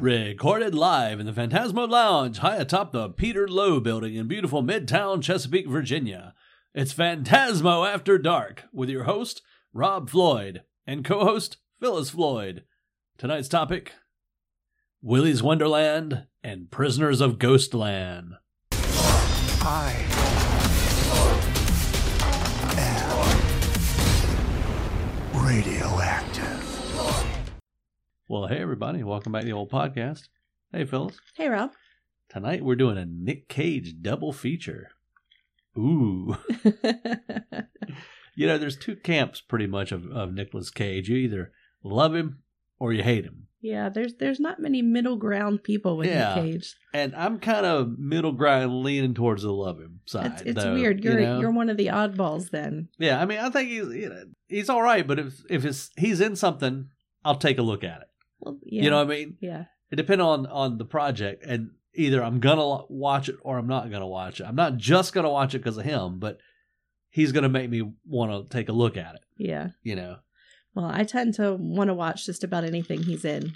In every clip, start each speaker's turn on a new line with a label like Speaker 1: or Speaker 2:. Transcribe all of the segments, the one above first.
Speaker 1: Recorded live in the Phantasmo Lounge, high atop the Peter Lowe building in beautiful Midtown Chesapeake, Virginia. It's Phantasmo After Dark with your host, Rob Floyd, and co host, Phyllis Floyd. Tonight's topic Willy's Wonderland and Prisoners of Ghostland.
Speaker 2: I am radioactive.
Speaker 1: Well, hey, everybody, welcome back to the old podcast. Hey, Phyllis.
Speaker 3: Hey, Rob.
Speaker 1: Tonight we're doing a Nick Cage double feature. Ooh. you know, there's two camps pretty much of, of Nicolas Cage. You either love him or you hate him.
Speaker 3: yeah, there's there's not many middle ground people with
Speaker 1: Yeah.
Speaker 3: Nick Cage.
Speaker 1: And I'm kind of middle ground leaning towards the love him side.
Speaker 3: It's, it's
Speaker 1: though,
Speaker 3: weird.
Speaker 1: Uh, you
Speaker 3: You're
Speaker 1: know?
Speaker 3: you're one of the oddballs then.
Speaker 1: Yeah, I mean, I think he's you know, he's all right, but if if it's, he's in something, I'll take a look at it.
Speaker 3: Well, yeah,
Speaker 1: You know what I mean?
Speaker 3: yeah,
Speaker 1: It depends on on the project, and either I'm gonna lo- watch it or I'm not gonna watch it. I'm not just gonna watch it because of him, but he's gonna make me want to take a look at it.
Speaker 3: yeah.
Speaker 1: You know?
Speaker 3: Well, I tend to want to watch just about anything he's in,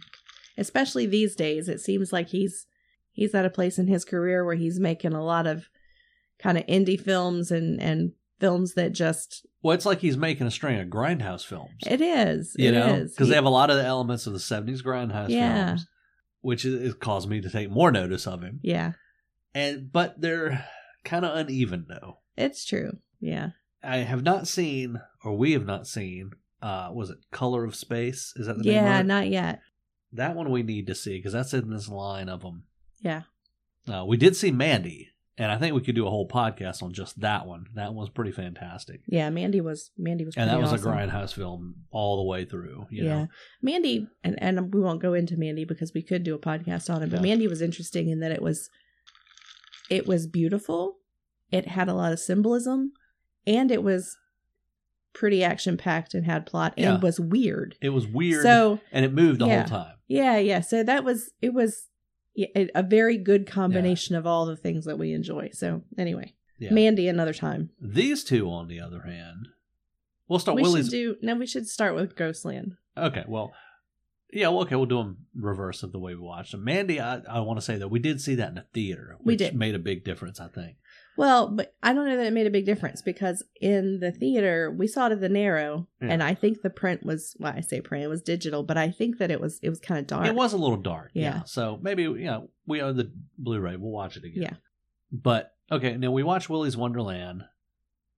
Speaker 3: especially these days. It seems like he's he's at a place in his career where he's making a lot of kind of indie films and and films that just
Speaker 1: Well, it's like he's making a string of grindhouse films.
Speaker 3: it is
Speaker 1: you
Speaker 3: it
Speaker 1: know,
Speaker 3: is.
Speaker 1: because
Speaker 3: He-
Speaker 1: they have a lot of the elements of the '70s grindhouse
Speaker 3: Yeah.
Speaker 1: films, which is, it caused me to take more notice of him.
Speaker 3: yeah,
Speaker 1: And but they're kind of uneven though.
Speaker 3: it's true. Yeah,
Speaker 1: I have not seen, or we have not seen, uh, was it Color of Space? Is that the name?
Speaker 3: yeah,
Speaker 1: of it?
Speaker 3: not yet.
Speaker 1: that one we need to see because that's in this line of them.
Speaker 3: Yeah.
Speaker 1: Uh, we did see Mandy, and I think we could do a whole podcast on just that one. That one's pretty fantastic,
Speaker 3: Yeah, Mandy was Mandy was
Speaker 1: and that
Speaker 3: pretty
Speaker 1: was
Speaker 3: awesome.
Speaker 1: a grindhouse film all the way through. You
Speaker 3: yeah,
Speaker 1: know?
Speaker 3: Mandy, and and we won't go into Mandy because we could do a podcast on it. But
Speaker 1: Yeah.
Speaker 3: Mandy was interesting in that it was, it was beautiful, it had a lot of symbolism, and it was pretty action packed and had plot
Speaker 1: Yeah.
Speaker 3: and was weird.
Speaker 1: it was weird,
Speaker 3: So
Speaker 1: and it moved the
Speaker 3: yeah.
Speaker 1: whole time.
Speaker 3: yeah, yeah. So that was it was yeah, a- a very good combination of all the things that we enjoy. So anyway,
Speaker 1: Yeah.
Speaker 3: Mandy another time.
Speaker 1: These two, on the other hand, we'll start
Speaker 3: we
Speaker 1: Willie's.
Speaker 3: should do no. We should start with Ghostland.
Speaker 1: Okay, well, yeah, well, okay, we'll do them reverse of the way we watched them. Mandy, I, I want to say that we did see that in the theater,
Speaker 3: We
Speaker 1: which
Speaker 3: did.
Speaker 1: made a big difference, I think.
Speaker 3: Well, but I don't know that it made a big difference because in the theater we saw it at the narrow,
Speaker 1: Yeah.
Speaker 3: and I think the print was well, I say print it was digital, but I think that it was it was kind of dark.
Speaker 1: It was a little dark, yeah.
Speaker 3: Yeah.
Speaker 1: So maybe, you know, we own the Blu-ray, we'll watch it again.
Speaker 3: Yeah.
Speaker 1: But okay, now we watched Willy's Wonderland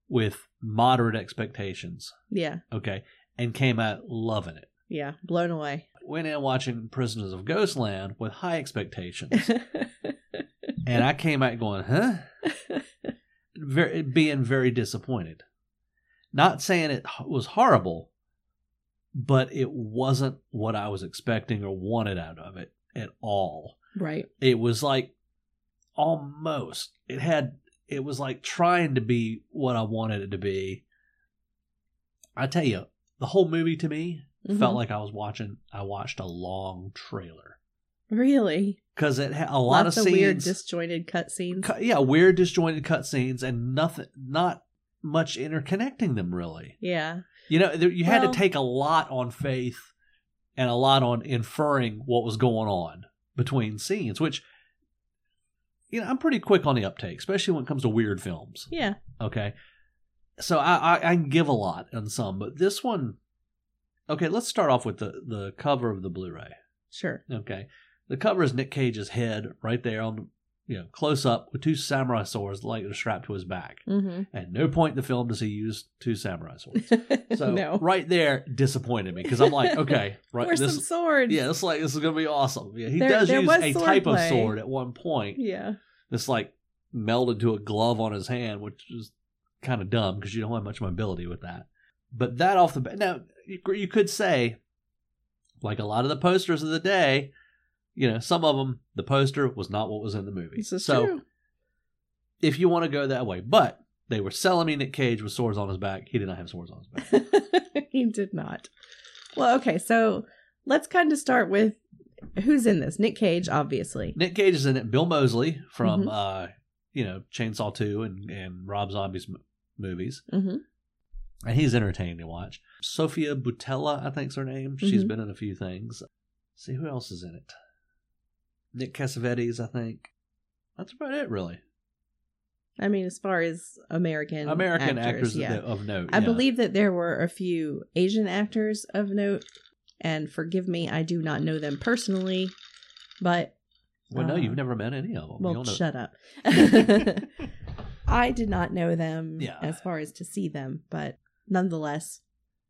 Speaker 1: with moderate expectations,
Speaker 3: yeah,
Speaker 1: okay, and came out loving it.
Speaker 3: yeah, blown away.
Speaker 1: Went in watching Prisoners of Ghostland with high expectations. and I came out going, huh? Very, being very disappointed. Not saying it h- was horrible, but it wasn't what I was expecting or wanted out of it at all.
Speaker 3: right.
Speaker 1: It was like almost, it had, it was like trying to be what I wanted it to be. I tell you, the whole movie to me felt
Speaker 3: Mhm.
Speaker 1: like I was watching, I watched a long trailer.
Speaker 3: really
Speaker 1: Because it had a lot
Speaker 3: Lots
Speaker 1: of
Speaker 3: of,
Speaker 1: scenes.
Speaker 3: weird disjointed cutscenes.
Speaker 1: Cu- yeah, weird disjointed cutscenes and nothing, not much interconnecting them really.
Speaker 3: yeah,
Speaker 1: You know, there, you had
Speaker 3: Well-
Speaker 1: to take a lot on faith and a lot on inferring what was going on between scenes, which you know I'm pretty quick on the uptake, especially when it comes to weird films.
Speaker 3: yeah,
Speaker 1: Okay, so I I, I can give a lot on some, but this one, okay, let's start off with the the cover of the Blu-ray.
Speaker 3: sure.
Speaker 1: Okay. The cover is Nick Cage's head right there on you know, close up with two samurai swords like strapped to his back.
Speaker 3: hmm
Speaker 1: At no point in the film does he use two samurai swords. So
Speaker 3: no,
Speaker 1: right there disappointed me because I'm like, okay, right
Speaker 3: or some
Speaker 1: this
Speaker 3: swords.
Speaker 1: yeah, it's like this is gonna be awesome. Yeah, he
Speaker 3: There-
Speaker 1: does
Speaker 3: there
Speaker 1: use
Speaker 3: was
Speaker 1: a
Speaker 3: sword
Speaker 1: type of
Speaker 3: play.
Speaker 1: sword at one point.
Speaker 3: yeah,
Speaker 1: It's like melded to a glove on his hand, which is kind of dumb because you don't have much mobility with that. But that off the bat, now you, you could say, like a lot of the posters of the day, you know, some of them the poster was not what was in the movie.
Speaker 3: this is
Speaker 1: so
Speaker 3: true.
Speaker 1: if you want to go that way, but they were selling me Nick Cage with swords on his back. He did not have swords on his back.
Speaker 3: he did not. Well, okay, so let's kind of start with who's in this. Nick Cage, obviously.
Speaker 1: Nick Cage is in it. Bill Mosley from,
Speaker 3: Mhm.
Speaker 1: uh, you know, Chainsaw Two and and Rob Zombie's m- movies.
Speaker 3: hmm
Speaker 1: and he's entertaining to watch. Sophia Butella, I think's her name. She's
Speaker 3: Mhm.
Speaker 1: been in a few things. see who else is in it. Nick Cassavetes, I think. That's about it, really.
Speaker 3: I mean, as far as American
Speaker 1: American actors, of- of note.
Speaker 3: I
Speaker 1: yeah.
Speaker 3: believe that there were a few Asian actors of note, and forgive me, I do not know them personally, but
Speaker 1: Well, no,
Speaker 3: uh,
Speaker 1: you've never met any of them.
Speaker 3: well,
Speaker 1: you don't know.
Speaker 3: shut up. I did not know them
Speaker 1: Yeah.
Speaker 3: as far as to see them, but nonetheless,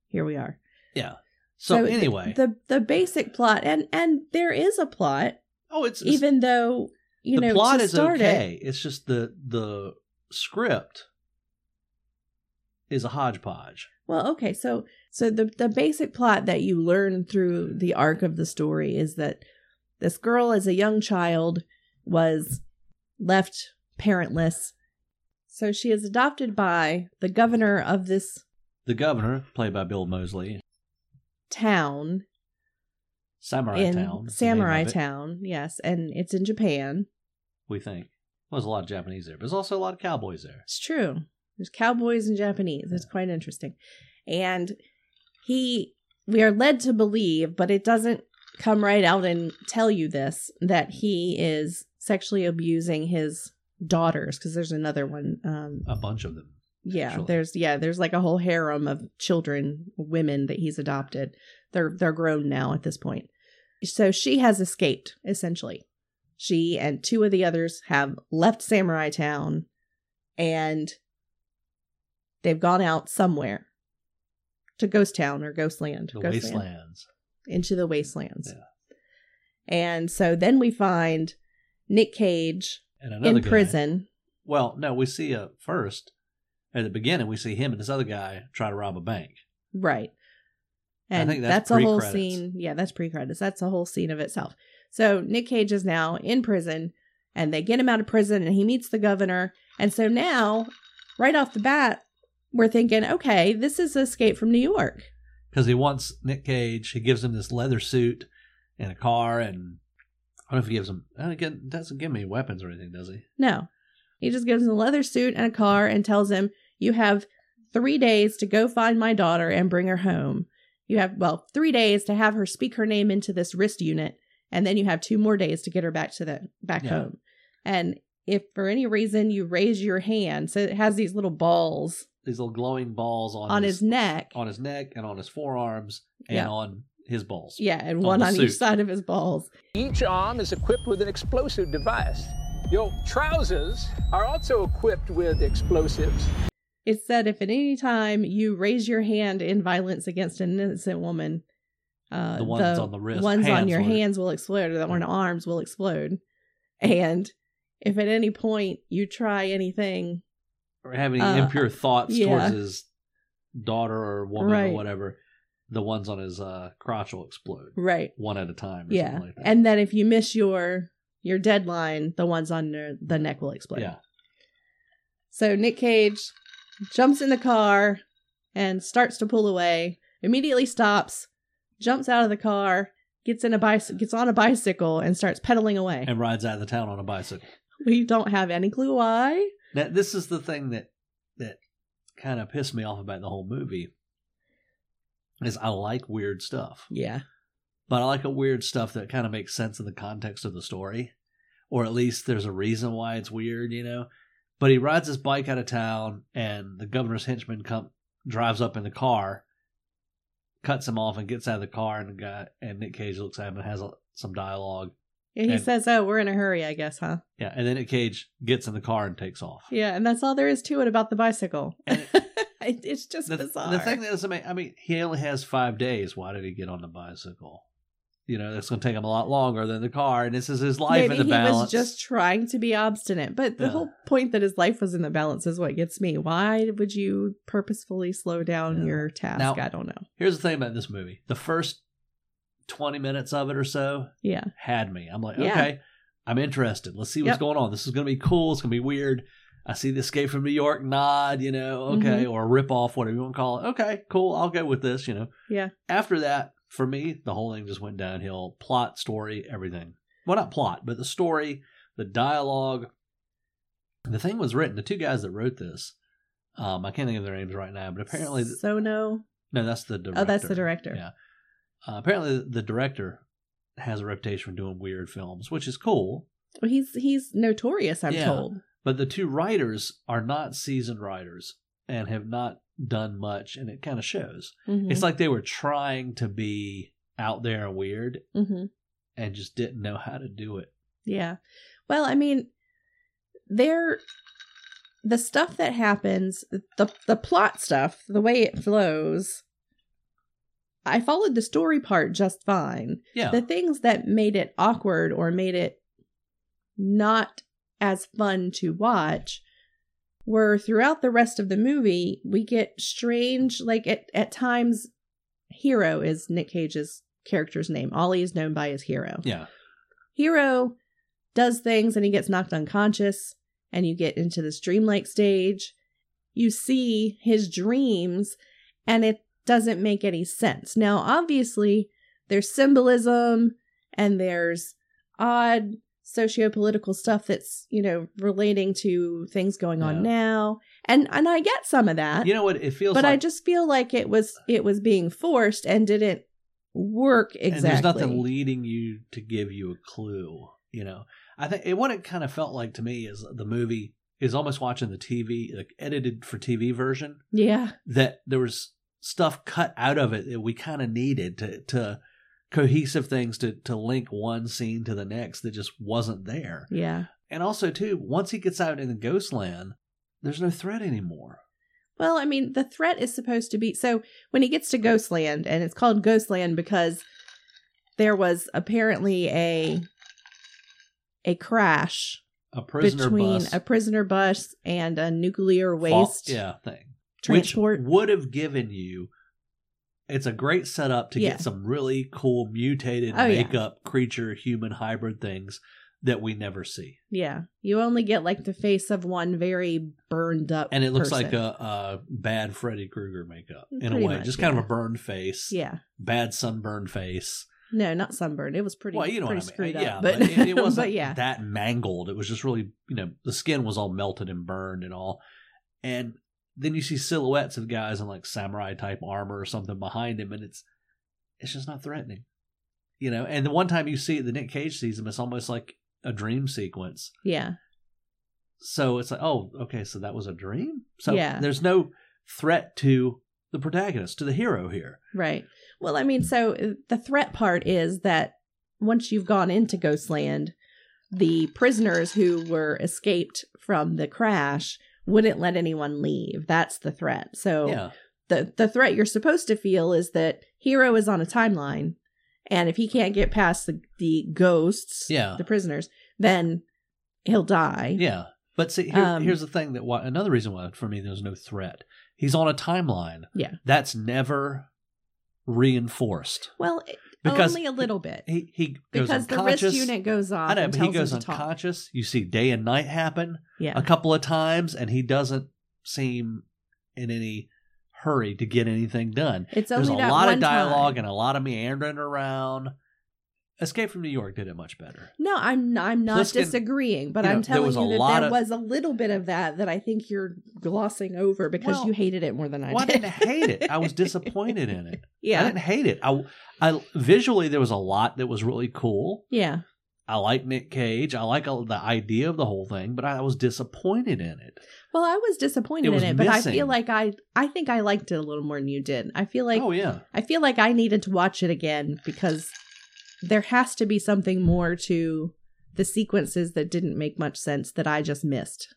Speaker 3: here we are.
Speaker 1: Yeah. So,
Speaker 3: th-
Speaker 1: anyway,
Speaker 3: the the basic plot, and and there is a plot,
Speaker 1: oh, it's, it's
Speaker 3: even though you
Speaker 1: the
Speaker 3: know
Speaker 1: plot
Speaker 3: to
Speaker 1: is
Speaker 3: start it-
Speaker 1: okay. It's just the the script is a hodgepodge.
Speaker 3: Well, okay, so so the the basic plot that you learn through the arc of the story is that this girl, as a young child, was left parentless, so she is adopted by the governor of this
Speaker 1: The governor, played by Bill Mosley,
Speaker 3: town
Speaker 1: Samurai
Speaker 3: in
Speaker 1: Town, is the name
Speaker 3: Samurai
Speaker 1: of it,
Speaker 3: Town. Yes, and it's in Japan.
Speaker 1: We think well, there's a lot of Japanese there, but there's also a lot of cowboys there.
Speaker 3: It's true. There's cowboys and Japanese. It's quite interesting. And he, we are led to believe, but it doesn't come right out and tell you this, that he is sexually abusing his daughters because there's another one. Um,
Speaker 1: A bunch of them.
Speaker 3: yeah,
Speaker 1: actually.
Speaker 3: there's yeah, there's like a whole harem of children, women that he's adopted. They're they're grown now at this point. So she has escaped essentially. She and two of the others have left Samurai Town and they've gone out somewhere to Ghost Town or Ghostland.
Speaker 1: The
Speaker 3: Ghostland?
Speaker 1: wastelands.
Speaker 3: Into the wastelands.
Speaker 1: Yeah.
Speaker 3: And so then we find Nick Cage
Speaker 1: And another
Speaker 3: in
Speaker 1: guy-
Speaker 3: prison.
Speaker 1: Well, no, we see uh, first at the beginning we see him and this other guy try to rob a bank.
Speaker 3: Right.
Speaker 1: I
Speaker 3: And
Speaker 1: think that's
Speaker 3: that's, a whole
Speaker 1: pre-credits.
Speaker 3: scene. Yeah, that's pre credits. That's a whole scene of itself. So Nick Cage is now in prison and they get him out of prison and he meets the governor. And so now, right off the bat, we're thinking, okay, this is Escape from New York.
Speaker 1: because he wants Nick Cage. He gives him this leather suit and a car, and I don't know if he gives him. I don't get, doesn't give him any weapons or anything, does he?
Speaker 3: No. He just gives him a leather suit and a car and tells him, You have three days to go find my daughter and bring her home. You have, well, three days to have her speak her name into this wrist unit, and then you have two more days to get her back to the back
Speaker 1: Yeah.
Speaker 3: home. And if for any reason you raise your hand, so it has these little balls
Speaker 1: These little glowing balls on,
Speaker 3: on, his, neck.
Speaker 1: on his neck and on his forearms and
Speaker 3: Yeah.
Speaker 1: on his balls.
Speaker 3: yeah, and
Speaker 1: on
Speaker 3: one
Speaker 1: the
Speaker 3: on
Speaker 1: suit.
Speaker 3: each side of his balls.
Speaker 4: Each arm is equipped with an explosive device. Your trousers are also equipped with explosives.
Speaker 3: It said if at any time you raise your hand in violence against an innocent woman, uh,
Speaker 1: The ones on the wrist,
Speaker 3: ones on
Speaker 1: hands
Speaker 3: your
Speaker 1: will-
Speaker 3: hands will explode, or the one arms will explode. And if at any point you try anything,
Speaker 1: Or have any
Speaker 3: Uh,
Speaker 1: impure thoughts
Speaker 3: yeah.
Speaker 1: towards his daughter or woman or
Speaker 3: Right.
Speaker 1: whatever, the ones on his uh, crotch will explode
Speaker 3: right?
Speaker 1: one at a time. Or
Speaker 3: Yeah,
Speaker 1: something like that.
Speaker 3: and then if you miss your your deadline, the ones on your, the neck will explode.
Speaker 1: yeah,
Speaker 3: So Nick Cage jumps in the car and starts to pull away. Immediately stops, jumps out of the car, gets in a bicy- gets on a bicycle, and starts pedaling away.
Speaker 1: and rides out of the town on a bicycle.
Speaker 3: We don't have any clue why.
Speaker 1: Now, this is the thing that that kind of pissed me off about the whole movie is I like weird stuff,
Speaker 3: Yeah,
Speaker 1: but I like a weird stuff that kind of makes sense in the context of the story, or at least there's a reason why it's weird, you know. But he rides his bike out of town, and the governor's henchman come drives up in the car, cuts him off, and gets out of the car. And the guy and Nick Cage looks at him and has a, some dialogue.
Speaker 3: yeah he
Speaker 1: And-
Speaker 3: says, "Oh, we're in a hurry, I guess, huh?"
Speaker 1: Yeah, and then Nick Cage gets in the car and takes off.
Speaker 3: Yeah, and that's all there is to it about the bicycle.
Speaker 1: And
Speaker 3: It- it's just
Speaker 1: the,
Speaker 3: bizarre.
Speaker 1: the thing that doesn't make I mean, he only has five days. Why did he get on the bicycle? You know, that's going to take him a lot longer than the car, and this is his life
Speaker 3: Maybe
Speaker 1: in the
Speaker 3: he
Speaker 1: balance.
Speaker 3: was just trying to be obstinate, but the
Speaker 1: Yeah.
Speaker 3: whole point that his life was in the balance is what gets me. Why would you purposefully slow down
Speaker 1: Yeah.
Speaker 3: your task?
Speaker 1: Now-
Speaker 3: I don't know.
Speaker 1: Here's the thing about this movie: the first twenty minutes of it or so
Speaker 3: Yeah,
Speaker 1: had me. I'm like,
Speaker 3: Yeah.
Speaker 1: okay, I'm interested. Let's see what's
Speaker 3: Yep.
Speaker 1: going on. This is going to be cool. It's going to be weird. I see the Escape from New York nod, you know,
Speaker 3: Mm-hmm.
Speaker 1: okay, or a rip off, whatever you want to call it. Okay, cool. I'll go with this, you know.
Speaker 3: Yeah.
Speaker 1: After that, for me, the whole thing just went downhill. Plot, story, everything. Well, not plot, but the story, the dialogue. The thing was written. The two guys that wrote this, um, I can't think of their names right now, but apparently,
Speaker 3: so no.
Speaker 1: no, that's the director.
Speaker 3: Oh, that's the director.
Speaker 1: Yeah. Uh, apparently, the director has a reputation for doing weird films, which is cool.
Speaker 3: Well, he's he's notorious, I'm
Speaker 1: Yeah.
Speaker 3: told.
Speaker 1: But the two writers are not seasoned writers and have not done much, and it kind of shows.
Speaker 3: Mhm.
Speaker 1: It's like they were trying to be out there and weird
Speaker 3: Mhm.
Speaker 1: and just didn't know how to do it.
Speaker 3: Yeah. Well, I mean, they're the stuff that happens, the the plot stuff, the way it flows. I followed the story part just fine.
Speaker 1: Yeah.
Speaker 3: The things that made it awkward or made it not as fun to watch were throughout the rest of the movie, we get strange, like at, at times, Hero is Nick Cage's character's name. All he is known by is Hero.
Speaker 1: yeah.
Speaker 3: Hero does things and he gets knocked unconscious, and you get into this dreamlike stage. You see his dreams, and it doesn't make any sense. Now, obviously, there's symbolism and there's odd sociopolitical stuff that's, you know, relating to things going
Speaker 1: Yeah.
Speaker 3: on now. And and I get some of that.
Speaker 1: You know what? It feels
Speaker 3: but
Speaker 1: like
Speaker 3: I just feel like it was it was being forced and didn't work exactly.
Speaker 1: and there's nothing leading you to give you a clue. You know, I think it, what it kind of felt like to me is the movie is almost watching the TV, like edited for TV version,
Speaker 3: yeah.
Speaker 1: that there was stuff cut out of it that we kind of needed to, to cohesive things to, to link one scene to the next that just wasn't there.
Speaker 3: Yeah.
Speaker 1: And also, too, once he gets out in the ghost land, there's no threat anymore.
Speaker 3: Well, I mean, the threat is supposed to be so when he gets to Ghostland, and it's called Ghostland because there was apparently a a crash
Speaker 1: A prisoner
Speaker 3: between
Speaker 1: bus
Speaker 3: a prisoner bus and a nuclear
Speaker 1: fa-
Speaker 3: waste
Speaker 1: yeah, thing.
Speaker 3: transport.
Speaker 1: which would have given you it's a great setup to
Speaker 3: Yeah.
Speaker 1: get some really cool mutated
Speaker 3: Oh, yeah.
Speaker 1: makeup creature human hybrid things that we never see
Speaker 3: yeah, you only get like the face of one very burned up,
Speaker 1: and it looks
Speaker 3: person. Mm,
Speaker 1: like uh, a, a bad freddy krueger makeup in
Speaker 3: Pretty
Speaker 1: a way
Speaker 3: much,
Speaker 1: just kind
Speaker 3: yeah.
Speaker 1: of a burned face
Speaker 3: yeah,
Speaker 1: bad sunburned face
Speaker 3: no, not sunburned. It was pretty.
Speaker 1: well you know
Speaker 3: pretty
Speaker 1: what i mean
Speaker 3: screwed
Speaker 1: yeah
Speaker 3: up,
Speaker 1: but,
Speaker 3: but
Speaker 1: it, it wasn't
Speaker 3: but yeah,
Speaker 1: that mangled it was just really you know the skin was all melted and burned and all and then you see silhouettes of guys in like samurai type armor or something behind him and it's it's just not threatening you know and the one time you see it the nick cage sees him it's almost like a dream sequence
Speaker 3: yeah,
Speaker 1: so it's like oh okay so that was a dream so
Speaker 3: Yeah.
Speaker 1: there's no threat to the protagonist to the hero here
Speaker 3: Right. Well, I mean, so uh, the threat part is that once you've gone into Ghostland, the prisoners who were escaped from the crash wouldn't let anyone leave. That's the threat. So
Speaker 1: yeah
Speaker 3: the the threat you're supposed to feel is that Hero is on a timeline, and if he can't get past the the ghosts,
Speaker 1: yeah
Speaker 3: the prisoners, then he'll die.
Speaker 1: Yeah, but see, here,
Speaker 3: Um,
Speaker 1: here's the thing that why another reason why for me there's no threat. He's on a timeline.
Speaker 3: Yeah.
Speaker 1: that's never reinforced
Speaker 3: Well, it-
Speaker 1: because
Speaker 3: only a little bit
Speaker 1: he he goes
Speaker 3: because the wrist
Speaker 1: unconscious.
Speaker 3: unit goes on.
Speaker 1: I know,
Speaker 3: and
Speaker 1: but he
Speaker 3: tells him
Speaker 1: goes
Speaker 3: to talk.
Speaker 1: unconscious. You see day and night happen
Speaker 3: Yeah.
Speaker 1: a couple of times, and he doesn't seem in any hurry to get anything done.
Speaker 3: It's only
Speaker 1: There's a
Speaker 3: that
Speaker 1: lot
Speaker 3: one
Speaker 1: of dialogue
Speaker 3: time.
Speaker 1: and a lot of meandering around. Escape from New York did it much better.
Speaker 3: No, I'm I'm not
Speaker 1: Pliskin-
Speaker 3: disagreeing, but
Speaker 1: you know,
Speaker 3: I'm
Speaker 1: there
Speaker 3: telling
Speaker 1: was a
Speaker 3: you that
Speaker 1: lot
Speaker 3: there
Speaker 1: of-
Speaker 3: was a little bit of that that I think you're glossing over because
Speaker 1: Well,
Speaker 3: you hated it more than I
Speaker 1: Well, I
Speaker 3: did.
Speaker 1: didn't hate it. I was disappointed in it. I
Speaker 3: yeah,
Speaker 1: didn't hate it. I, I visually there was a lot that was really cool.
Speaker 3: yeah,
Speaker 1: I like Nick Cage. I like all, the idea of the whole thing, but I was disappointed in it.
Speaker 3: Well, I was disappointed
Speaker 1: It
Speaker 3: in
Speaker 1: was
Speaker 3: it, but I
Speaker 1: missing.
Speaker 3: feel like I I think I liked it a little more than you did. I feel like
Speaker 1: oh yeah,
Speaker 3: I feel like I needed to watch it again because there has to be something more to the sequences that didn't make much sense that I just missed.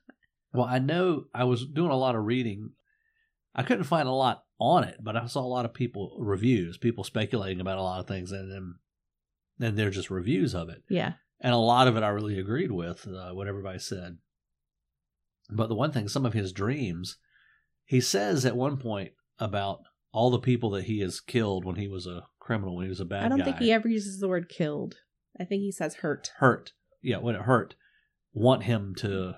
Speaker 1: Well, I know I was doing a lot of reading. I couldn't find a lot on it, but I saw a lot of people reviews, people speculating about a lot of things, and then and they're just reviews of it,
Speaker 3: Yeah,
Speaker 1: and a lot of it I really agreed with uh, what everybody said. But the one thing, some of his dreams, he says at one point about all the people that he has killed when he was a criminal, when he was a bad guy.
Speaker 3: I don't think he ever uses the word killed. I think he says hurt.
Speaker 1: hurt. Yeah, when it hurt, want him to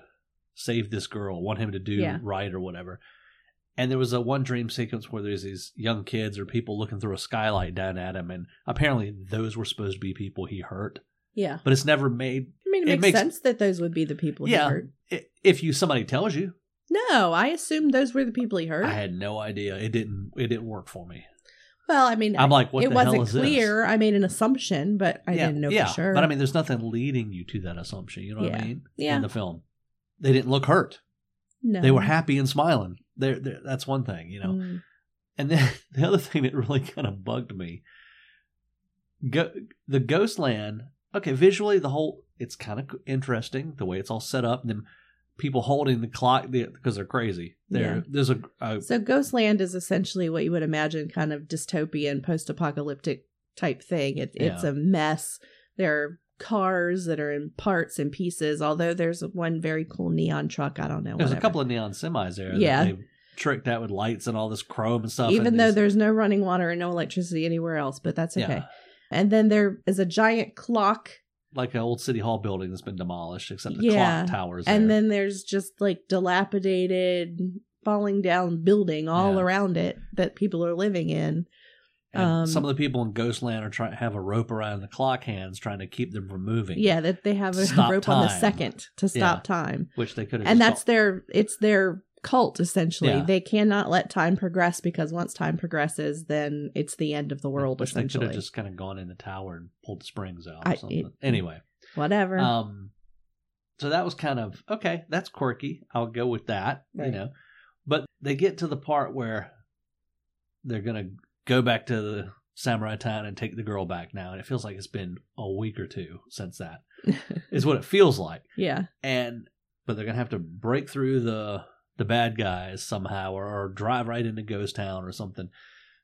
Speaker 1: save this girl, want him to do
Speaker 3: Yeah.
Speaker 1: right or whatever. And there was a one dream sequence where there's these young kids or people looking through a skylight down at him, and apparently those were supposed to be people he hurt,
Speaker 3: Yeah.
Speaker 1: but it's never made.
Speaker 3: I mean, it,
Speaker 1: It
Speaker 3: makes,
Speaker 1: makes-
Speaker 3: sense that those would be the people he
Speaker 1: Yeah.
Speaker 3: hurt.
Speaker 1: i- If you somebody tells you,
Speaker 3: No, I assumed those were the people he hurt.
Speaker 1: I had no idea. It didn't. It didn't work for me.
Speaker 3: Well, I mean,
Speaker 1: I'm like, what
Speaker 3: it
Speaker 1: the
Speaker 3: wasn't
Speaker 1: hell is
Speaker 3: clear. I made an assumption, but I
Speaker 1: this? Yeah,
Speaker 3: didn't know
Speaker 1: yeah.
Speaker 3: for sure.
Speaker 1: But I mean, there's nothing leading you to that assumption. You know what I
Speaker 3: Yeah.
Speaker 1: mean?
Speaker 3: Yeah.
Speaker 1: In the film, they didn't look hurt.
Speaker 3: no.
Speaker 1: They were happy and smiling. They're, they're, that's one thing, you know.
Speaker 3: Mm.
Speaker 1: And then the other thing that really kind of bugged me, go, the Ghostland. Okay, visually the whole it's kind of interesting the way it's all set up. And then people holding the clock because they're crazy. There,
Speaker 3: Yeah.
Speaker 1: there's a, a
Speaker 3: So Ghostland is essentially what you would imagine kind of dystopian post-apocalyptic type thing. It, It's
Speaker 1: Yeah.
Speaker 3: a mess. There are cars that are in parts and pieces, although there's one very cool neon truck. I don't know.
Speaker 1: there's a
Speaker 3: whatever.
Speaker 1: couple of neon semis there.
Speaker 3: Yeah.
Speaker 1: that they tricked out with lights and all this chrome and stuff.
Speaker 3: Even
Speaker 1: and
Speaker 3: though
Speaker 1: these-
Speaker 3: there's no running water and no electricity anywhere else, but that's
Speaker 1: Yeah.
Speaker 3: okay. And then there is a giant clock
Speaker 1: like an old city hall building that's been demolished, except the
Speaker 3: Yeah.
Speaker 1: clock towers.
Speaker 3: and
Speaker 1: there.
Speaker 3: then there's just like dilapidated falling down building all
Speaker 1: Yeah.
Speaker 3: around it that people are living in
Speaker 1: And
Speaker 3: um,
Speaker 1: some of the people in Ghostland are trying to have a rope around the clock hands, trying to keep them from moving.
Speaker 3: yeah that they have a
Speaker 1: Stop
Speaker 3: rope on the
Speaker 1: time.
Speaker 3: second to stop time
Speaker 1: which they could have.
Speaker 3: and
Speaker 1: just
Speaker 3: that's their it's their cult essentially
Speaker 1: Yeah.
Speaker 3: they cannot let time progress because once time progresses then it's the end of the world
Speaker 1: Which they could have
Speaker 3: essentially
Speaker 1: just kind of gone in the tower and pulled the springs out or
Speaker 3: I- it-
Speaker 1: something. anyway,
Speaker 3: whatever
Speaker 1: um, so that was kind of okay. That's quirky. I'll go with that. You
Speaker 3: Right.
Speaker 1: know, but they get to the part where they're gonna go back to the samurai town and take the girl back now, and it feels like it's been a week or two since that is what it feels like.
Speaker 3: yeah
Speaker 1: And but they're gonna have to break through the the bad guys somehow, or, or drive right into Ghost Town or something.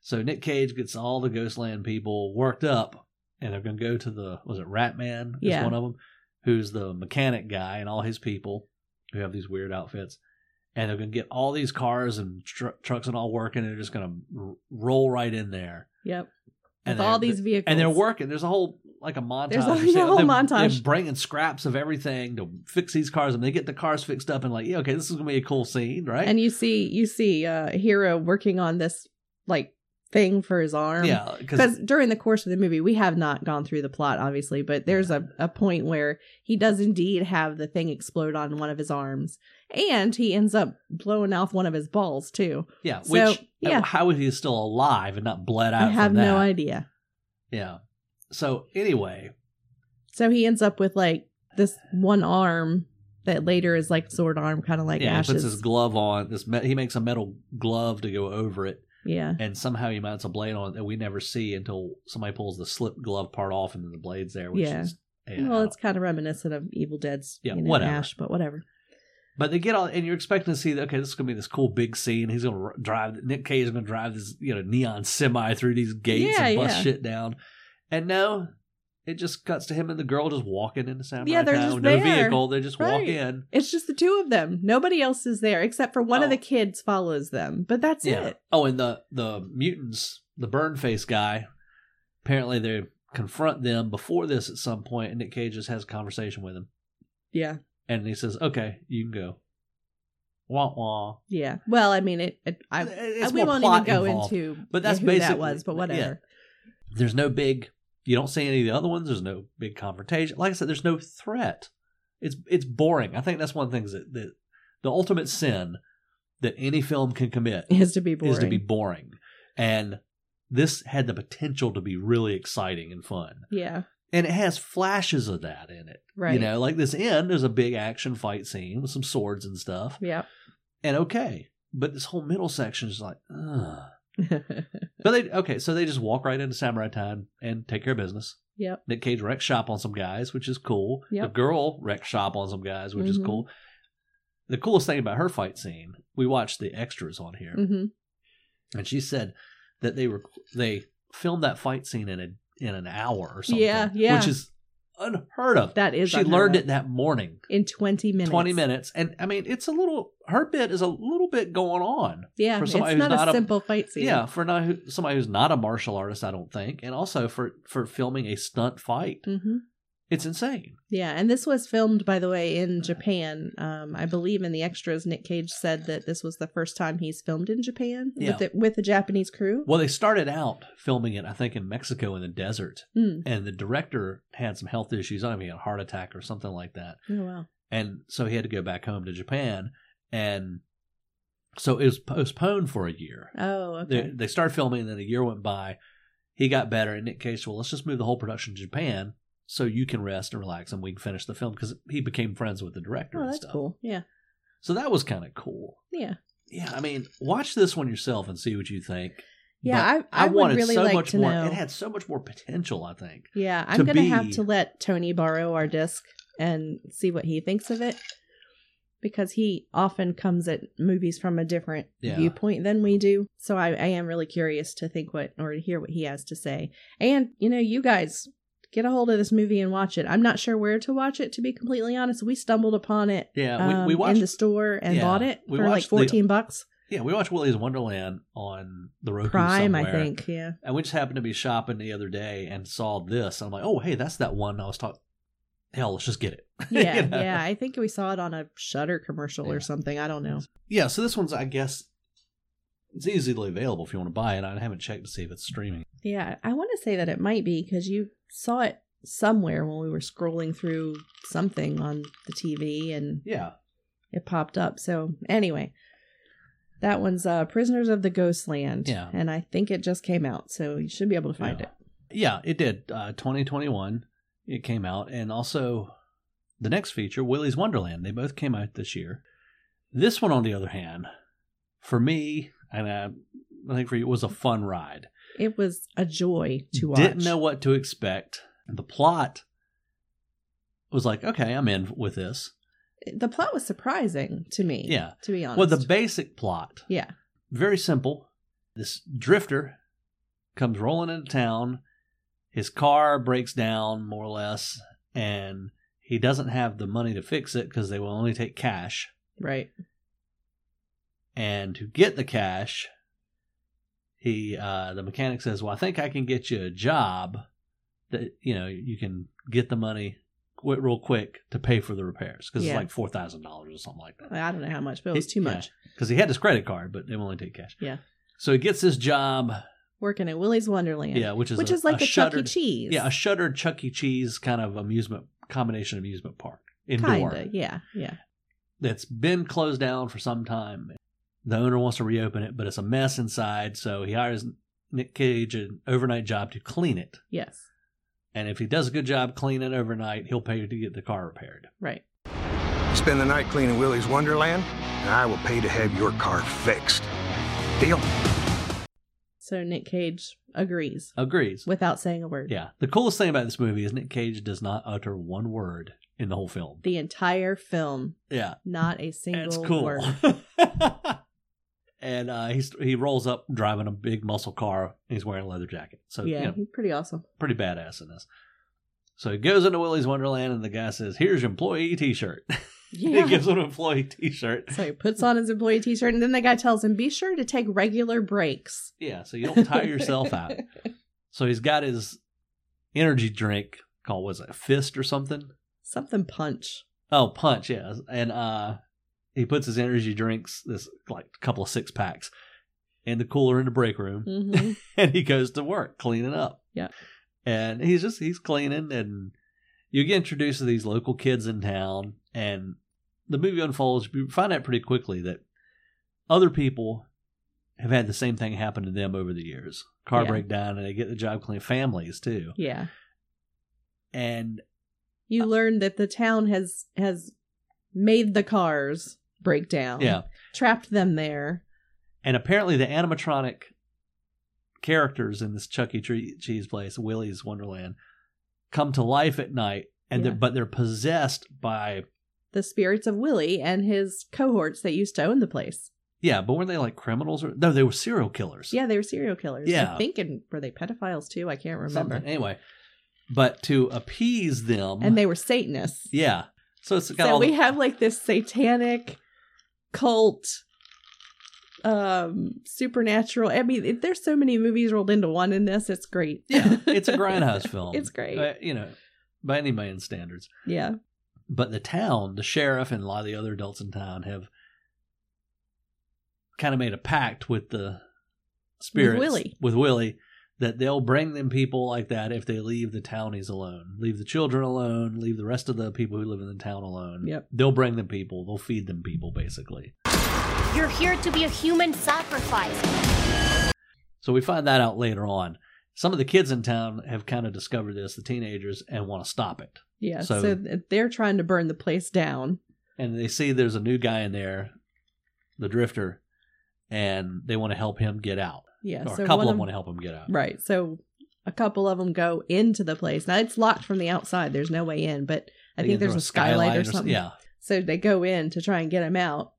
Speaker 1: So Nick Cage gets all the Ghostland people worked up, and they're going to go to the was it Ratman? Is
Speaker 3: Yeah.
Speaker 1: one of them who's the mechanic guy and all his people who have these weird outfits, and they're going to get all these cars and tr- trucks and all working, and they're just going to r- roll right in there.
Speaker 3: yep
Speaker 1: And
Speaker 3: with all
Speaker 1: they're-
Speaker 3: these vehicles
Speaker 1: and they're working. There's a whole like a montage.
Speaker 3: There's a-
Speaker 1: of
Speaker 3: yeah,
Speaker 1: them-
Speaker 3: whole
Speaker 1: them-
Speaker 3: montage.
Speaker 1: them bringing scraps of everything to fix these cars, and they get the cars fixed up, and like, yeah, okay, this is gonna be a cool scene, right?
Speaker 3: and you see you see uh hero working on this like thing for his arm
Speaker 1: yeah, because
Speaker 3: because during the course of the movie we have not gone through the plot obviously but there's a, a point where he does indeed have the thing explode on one of his arms and he ends up blowing off one of his balls too
Speaker 1: yeah,
Speaker 3: so,
Speaker 1: which uh,
Speaker 3: yeah.
Speaker 1: how is he still alive and not bled out?
Speaker 3: i have
Speaker 1: from that?
Speaker 3: no idea
Speaker 1: Yeah. So anyway,
Speaker 3: so he ends up with like this one arm that later is like sword arm kind of like
Speaker 1: yeah, he
Speaker 3: ashes
Speaker 1: puts his glove on. This me- he makes a metal glove to go over it,
Speaker 3: yeah
Speaker 1: and somehow he mounts a blade on it that we never see until somebody pulls the slip glove part off, and then the blade's there. Which
Speaker 3: Yeah.
Speaker 1: Is, yeah,
Speaker 3: well it's kind of reminiscent of evil dead's
Speaker 1: Yeah,
Speaker 3: you know,
Speaker 1: whatever.
Speaker 3: ash but whatever
Speaker 1: But they get all, and you're expecting to see, that, okay, this is gonna be this cool big scene. He's gonna r- drive Nick Cage is gonna drive this, you know, neon semi through these gates
Speaker 3: Yeah,
Speaker 1: and bust
Speaker 3: yeah.
Speaker 1: shit down. And no, it just cuts to him and the girl just walking into Samurai
Speaker 3: Yeah, they're
Speaker 1: Town.
Speaker 3: just
Speaker 1: no
Speaker 3: there.
Speaker 1: vehicle. They just walk
Speaker 3: Right.
Speaker 1: in.
Speaker 3: it's just the two of them nobody else is there except for one
Speaker 1: Oh.
Speaker 3: of the kids follows them but that's
Speaker 1: yeah.
Speaker 3: it
Speaker 1: Oh, and the the mutants, the burn face guy. Apparently, they confront them before this at some point, and Nick Cage just has a conversation with him,
Speaker 3: yeah
Speaker 1: and he says, "Okay, you can go." Wah wah.
Speaker 3: Yeah. Well, I mean, it. it I,
Speaker 1: It's
Speaker 3: we
Speaker 1: more
Speaker 3: won't
Speaker 1: plot
Speaker 3: even go
Speaker 1: involved.
Speaker 3: into
Speaker 1: But that's
Speaker 3: who
Speaker 1: basically-
Speaker 3: that was, but
Speaker 1: yeah.
Speaker 3: whatever.
Speaker 1: There's no big. You don't see any of the other ones. There's no big confrontation. Like I said, there's no threat. It's it's boring. I think that's one of the things that, that the ultimate sin that any film can commit
Speaker 3: Is to be boring.
Speaker 1: is to be boring. And this had the potential to be really exciting and fun,
Speaker 3: yeah.
Speaker 1: and it has flashes of that in it.
Speaker 3: Right.
Speaker 1: You know, like this end. There's a big action fight scene with some swords and stuff,
Speaker 3: Yeah.
Speaker 1: and okay. But this whole middle section is like, ugh. But they okay, so they just walk right into Samurai Town and take care of business.
Speaker 3: yep.
Speaker 1: Nick Cage wrecks shop on some guys, which is cool. The
Speaker 3: Yep.
Speaker 1: girl wrecks shop on some guys, which is
Speaker 3: Mhm.
Speaker 1: cool. The coolest thing about her fight scene, we watched the extras on here,
Speaker 3: hmm
Speaker 1: and she said that they were they filmed that fight scene in a in an hour or something.
Speaker 3: Yeah, yeah.
Speaker 1: Which is unheard of.
Speaker 3: That is.
Speaker 1: she
Speaker 3: unheard
Speaker 1: learned
Speaker 3: of.
Speaker 1: it that morning.
Speaker 3: in twenty minutes.
Speaker 1: Twenty minutes. And I mean it's a little her bit is a little bit going on.
Speaker 3: Yeah.
Speaker 1: for
Speaker 3: it's
Speaker 1: somebody
Speaker 3: not,
Speaker 1: who's not
Speaker 3: a
Speaker 1: a-
Speaker 3: simple fight scene.
Speaker 1: Yeah, for not who- somebody who's not a martial artist, I don't think, and also for for filming a stunt fight,
Speaker 3: hmm
Speaker 1: it's insane.
Speaker 3: Yeah. And this was filmed, by the way, in Japan. Um, I believe in the extras, Nick Cage said that this was the first time he's filmed in Japan
Speaker 1: Yeah.
Speaker 3: with the, with a Japanese crew.
Speaker 1: Well, they started out filming it, I think, in Mexico in the desert,
Speaker 3: Mm.
Speaker 1: and the director had some health issues. I think he had a heart attack or something like that,
Speaker 3: Oh wow.
Speaker 1: and so he had to go back home to Japan, and So it was postponed for a year.
Speaker 3: Oh,
Speaker 1: They,
Speaker 3: okay.
Speaker 1: they started filming, and then a year went by. He got better, and Nick Cage said, "Well, let's just move the whole production to Japan so you can rest and relax, and we can finish the film." Because he became friends with the director
Speaker 3: Oh,
Speaker 1: and
Speaker 3: that's
Speaker 1: stuff.
Speaker 3: cool. Yeah.
Speaker 1: So that was kind of cool.
Speaker 3: Yeah.
Speaker 1: Yeah, I mean, watch this one yourself and see what you think.
Speaker 3: Yeah,
Speaker 1: But
Speaker 3: I, I, would really
Speaker 1: so
Speaker 3: like
Speaker 1: much
Speaker 3: to
Speaker 1: more.
Speaker 3: know.
Speaker 1: It had so much more potential, I think.
Speaker 3: yeah,
Speaker 1: to
Speaker 3: I'm going to have
Speaker 1: be-
Speaker 3: to let Tony borrow our disc and see what he thinks of it because he often comes at movies from a different
Speaker 1: Yeah.
Speaker 3: viewpoint than we do. So I, I am really curious to think what or to hear what he has to say. And, you know, you guys get a hold of this movie and watch it. I'm not sure where to watch it, to be completely honest. We stumbled upon it.
Speaker 1: Yeah, Uh, we, we
Speaker 3: um,
Speaker 1: watched.
Speaker 3: in the store and
Speaker 1: yeah,
Speaker 3: bought it
Speaker 1: we
Speaker 3: for like
Speaker 1: watched the-
Speaker 3: 14 bucks
Speaker 1: yeah, we watched Willy's Wonderland on the Roku
Speaker 3: prime i
Speaker 1: somewhere.
Speaker 3: think yeah
Speaker 1: And we just happened to be shopping the other day and saw this. I'm like, oh, hey, that's that one I was talking. Hell, let's just get it. You
Speaker 3: yeah
Speaker 1: know?
Speaker 3: yeah i think we saw it on a shutter commercial
Speaker 1: Yeah.
Speaker 3: or something i don't know
Speaker 1: Yeah, so this one's, I guess, it's easily available if you want to buy it. I haven't checked to see if it's streaming.
Speaker 3: yeah i want to say that it might be because you saw it somewhere when we were scrolling through something on the tv and
Speaker 1: Yeah.
Speaker 3: it popped up so anyway that one's uh prisoners of the ghostland
Speaker 1: Yeah.
Speaker 3: and i think it just came out so you should be able to find
Speaker 1: Yeah.
Speaker 3: it
Speaker 1: Yeah, it did. Uh, 2021, it came out. And also, the next feature, Willy's Wonderland, they both came out this year. This one, on the other hand, for me, and I, I think for you, it was a fun ride.
Speaker 3: it was a joy to watch
Speaker 1: Didn't know what to expect. The plot was like, okay, I'm in with this.
Speaker 3: the plot was surprising to me
Speaker 1: Yeah.
Speaker 3: to be honest
Speaker 1: Well, the basic plot,
Speaker 3: yeah
Speaker 1: very simple. This drifter comes rolling into town. His car breaks down, more or less, and he doesn't have the money to fix it because they will only take cash.
Speaker 3: right
Speaker 1: And to get the cash, he uh, the mechanic says, "Well, I think I can get you a job that you know you can get the money quit real quick to pay for the repairs because
Speaker 3: Yeah.
Speaker 1: it's like four thousand dollars or something like that."
Speaker 3: i don't know how much but it was too
Speaker 1: Yeah.
Speaker 3: much
Speaker 1: Because he had his credit card, but they will only take cash.
Speaker 3: Yeah.
Speaker 1: So he gets this job,
Speaker 3: working at Willie's Wonderland.
Speaker 1: yeah, which is
Speaker 3: which
Speaker 1: a,
Speaker 3: is like a, Chuck E.
Speaker 1: shuttered,
Speaker 3: Cheese.
Speaker 1: yeah, a shuttered Chuck E. Cheese kind of amusement combination amusement park indoor
Speaker 3: kinda. Yeah, yeah,
Speaker 1: that's been closed down for some time. The owner wants to reopen it, but it's a mess inside, so he hires Nick Cage an overnight job to clean it.
Speaker 3: yes,
Speaker 1: And if he does a good job cleaning overnight, he'll pay to get the car repaired.
Speaker 3: right.
Speaker 2: Spend the night cleaning Willy's Wonderland, and I will pay to have your car fixed. Deal?
Speaker 3: So Nick Cage agrees
Speaker 1: Agrees.
Speaker 3: without saying a word.
Speaker 1: Yeah. The coolest thing about this movie is Nick Cage does not utter one word in the whole film.
Speaker 3: The entire film,
Speaker 1: Yeah.
Speaker 3: not a single
Speaker 1: That's cool.
Speaker 3: word.
Speaker 1: and uh, he's, he rolls up driving a big muscle car. And he's wearing a leather jacket. So,
Speaker 3: yeah,
Speaker 1: you know,
Speaker 3: he's pretty awesome.
Speaker 1: pretty badass in this. So he goes into Willy's Wonderland, and the guy says, "Here's your employee T-shirt."
Speaker 3: Yeah.
Speaker 1: he gives him an employee T-shirt.
Speaker 3: so he puts on his employee T-shirt, and then the guy tells him, "Be sure to take regular breaks."
Speaker 1: Yeah, so you don't tire yourself out. So he's got his energy drink called was it Fist or something?
Speaker 3: Something punch.
Speaker 1: Oh, Punch, yeah. And uh, he puts his energy drinks, this like couple of six packs, in the cooler in the break room,
Speaker 3: hmm
Speaker 1: and he goes to work cleaning up.
Speaker 3: Yeah.
Speaker 1: And he's just he's cleaning and you get introduced to these local kids in town and the movie unfolds you find out pretty quickly that other people have had the same thing happen to them over the years. Car
Speaker 3: Yeah.
Speaker 1: breakdown and they get the job clean families too.
Speaker 3: yeah,
Speaker 1: And
Speaker 3: you
Speaker 1: Uh,
Speaker 3: learn that the town has has made the cars break down.
Speaker 1: yeah.
Speaker 3: trapped them there.
Speaker 1: And apparently the animatronic characters in this Chuck E. Tre- Cheese place, Willy's Wonderland, come to life at night and
Speaker 3: Yeah.
Speaker 1: they're, but they're possessed by
Speaker 3: the spirits of Willie and his cohorts that used to own the place.
Speaker 1: Yeah, but weren't they like criminals or no? They were serial killers.
Speaker 3: Yeah, they were serial killers.
Speaker 1: Yeah.
Speaker 3: I think, and were they pedophiles too? I can't remember.
Speaker 1: Something. Anyway, but to appease them,
Speaker 3: And they were Satanists.
Speaker 1: yeah. So it's got
Speaker 3: So
Speaker 1: all
Speaker 3: we
Speaker 1: the-
Speaker 3: have like this satanic cult, um, supernatural. I mean, it- there's so many movies rolled into one in this. It's great.
Speaker 1: yeah. It's a grindhouse film.
Speaker 3: It's great.
Speaker 1: Uh, you know, by any man's standards.
Speaker 3: yeah.
Speaker 1: But the town, the sheriff, and a lot of the other adults in town have kind of made a pact with the spirits
Speaker 3: Willie.
Speaker 1: with Willie that they'll bring them people like that if they leave the townies alone, leave the children alone, leave the rest of the people who live in the town alone.
Speaker 3: Yep.
Speaker 1: They'll bring them people. They'll feed them people basically.
Speaker 5: You're here to be a human sacrifice.
Speaker 1: So we find that out later on. Some of the kids in town have kind of discovered this, the teenagers, and want to stop it.
Speaker 3: Yeah,
Speaker 1: So-
Speaker 3: so, th- they're trying to burn the place down.
Speaker 1: And they see there's a new guy in there, the drifter, and they want to help him get out.
Speaker 3: Yeah,
Speaker 1: or
Speaker 3: so
Speaker 1: a couple of
Speaker 3: one
Speaker 1: them want to help him get out.
Speaker 3: Right. So a couple of them go into the place. Now it's locked from the outside. There's no way in, but I think
Speaker 1: get
Speaker 3: there's
Speaker 1: through
Speaker 3: a skylight, or
Speaker 1: s-
Speaker 3: something.
Speaker 1: Yeah.
Speaker 3: So they go in to try and get him out,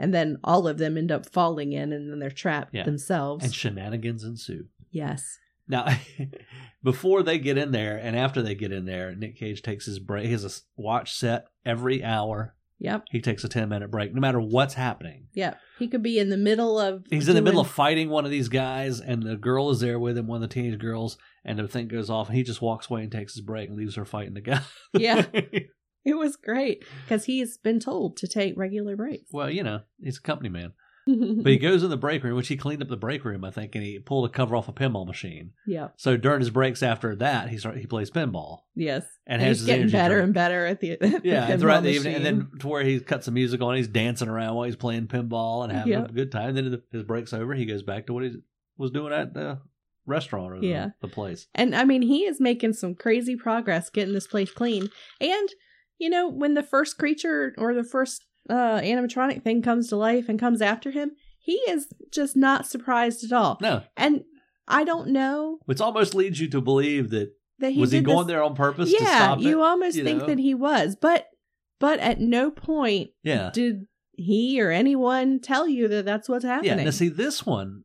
Speaker 3: and then all of them end up falling in, and then they're trapped
Speaker 1: Yeah.
Speaker 3: themselves.
Speaker 1: And shenanigans ensue.
Speaker 3: yes.
Speaker 1: Now, before they get in there and after they get in there, Nick Cage takes his break. He has a s- watch set every hour.
Speaker 3: Yep.
Speaker 1: He takes a 10 minute break, no matter what's happening.
Speaker 3: Yep. He could be in the middle of.
Speaker 1: He's in the middle
Speaker 3: doing-
Speaker 1: of fighting one of these guys, and the girl is there with him, one of the teenage girls, and the thing goes off, and he just walks away and takes his break and leaves her fighting the guy.
Speaker 3: yeah. It was great because he's been told to take regular breaks.
Speaker 1: well, you know, he's a company man. But he goes in the break room, which he cleaned up the break room, I think, and he pulled a cover off a pinball machine.
Speaker 3: yep.
Speaker 1: So during his breaks after that, he start, he plays pinball.
Speaker 3: Yes.
Speaker 1: And has
Speaker 3: he's
Speaker 1: his
Speaker 3: getting
Speaker 1: energy
Speaker 3: better
Speaker 1: drink.
Speaker 3: and better at the. At
Speaker 1: yeah,
Speaker 3: the
Speaker 1: and throughout
Speaker 3: pinball
Speaker 1: the evening, and
Speaker 3: machine.
Speaker 1: then to where he cuts the music on, he's dancing around while he's playing pinball and having
Speaker 3: Yep.
Speaker 1: a good time. Then his break's over, he goes back to what he was doing at the restaurant or the,
Speaker 3: Yeah.
Speaker 1: the place.
Speaker 3: And I mean, he is making some crazy progress getting this place clean. And, you know, when the first creature or the first uh, animatronic thing comes to life and comes after him, he is just not surprised at all.
Speaker 1: No,
Speaker 3: And I don't know
Speaker 1: which almost leads you to believe that
Speaker 3: that he
Speaker 1: was he
Speaker 3: did
Speaker 1: going
Speaker 3: this-
Speaker 1: there on purpose to
Speaker 3: yeah,
Speaker 1: stop it?
Speaker 3: you almost
Speaker 1: you
Speaker 3: think
Speaker 1: know?
Speaker 3: that he was, but but at no point
Speaker 1: yeah,
Speaker 3: did he or anyone tell you that that's what's
Speaker 1: yeah.
Speaker 3: happening.
Speaker 1: Now see, this one,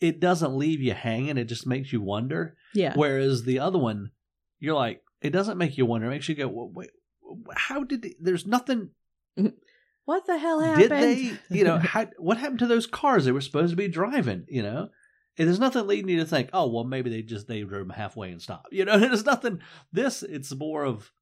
Speaker 1: it doesn't leave you hanging; it just makes you wonder.
Speaker 3: yeah.
Speaker 1: Whereas the other one, you're like, it doesn't make you wonder; it makes you go, well, wait. How did they, there's nothing
Speaker 3: What the hell
Speaker 1: did
Speaker 3: happened?
Speaker 1: they you know how, what happened to those cars they were supposed to be driving you know and there's nothing leading you to think oh well maybe they just they drove them halfway and stopped you know there's nothing this it's more of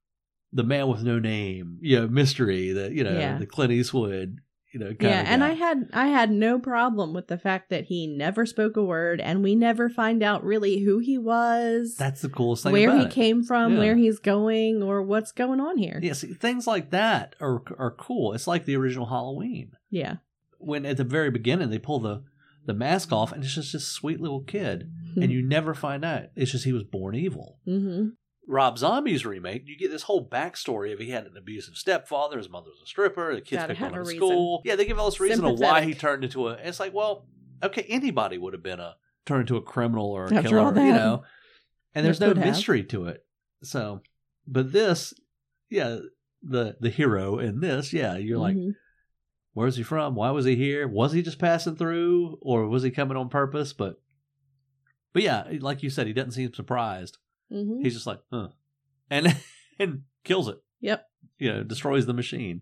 Speaker 1: the man with no name you know mystery that you know
Speaker 3: Yeah.
Speaker 1: the clint eastwood you know kind
Speaker 3: yeah
Speaker 1: of
Speaker 3: and
Speaker 1: guy.
Speaker 3: i had i had no problem with the fact that he never spoke a word and we never find out really who he was
Speaker 1: that's the coolest thing
Speaker 3: where
Speaker 1: about
Speaker 3: he
Speaker 1: it.
Speaker 3: came from
Speaker 1: Yeah.
Speaker 3: where he's going or what's going on here
Speaker 1: yeah see things like that are are cool it's like the original halloween
Speaker 3: yeah
Speaker 1: when at the very beginning they pull the the mask off and it's just this sweet little kid
Speaker 3: Mm-hmm.
Speaker 1: and you never find out it's just he was born evil
Speaker 3: hmm
Speaker 1: Rob Zombie's remake, you get this whole backstory of he had an abusive stepfather, his mother was a stripper, the kids
Speaker 3: Gotta
Speaker 1: picked on
Speaker 3: have
Speaker 1: him
Speaker 3: a
Speaker 1: at
Speaker 3: reason.
Speaker 1: school. Yeah, they give all this reason of why he
Speaker 3: Sympathetic.
Speaker 1: turned into a. It's like, well, okay, anybody would have been a turned into a criminal or a
Speaker 3: After
Speaker 1: killer,
Speaker 3: all that.
Speaker 1: you know. And there's
Speaker 3: Yes,
Speaker 1: no
Speaker 3: would have.
Speaker 1: mystery to it. So, but this, yeah, the the hero in this, yeah, you're like,
Speaker 3: Mm-hmm.
Speaker 1: where's he from? Why was he here? Was he just passing through, or was he coming on purpose? But, but yeah, like you said, he doesn't seem surprised.
Speaker 3: hmm
Speaker 1: He's just like, huh. And and kills it.
Speaker 3: Yep.
Speaker 1: You know, destroys the machine.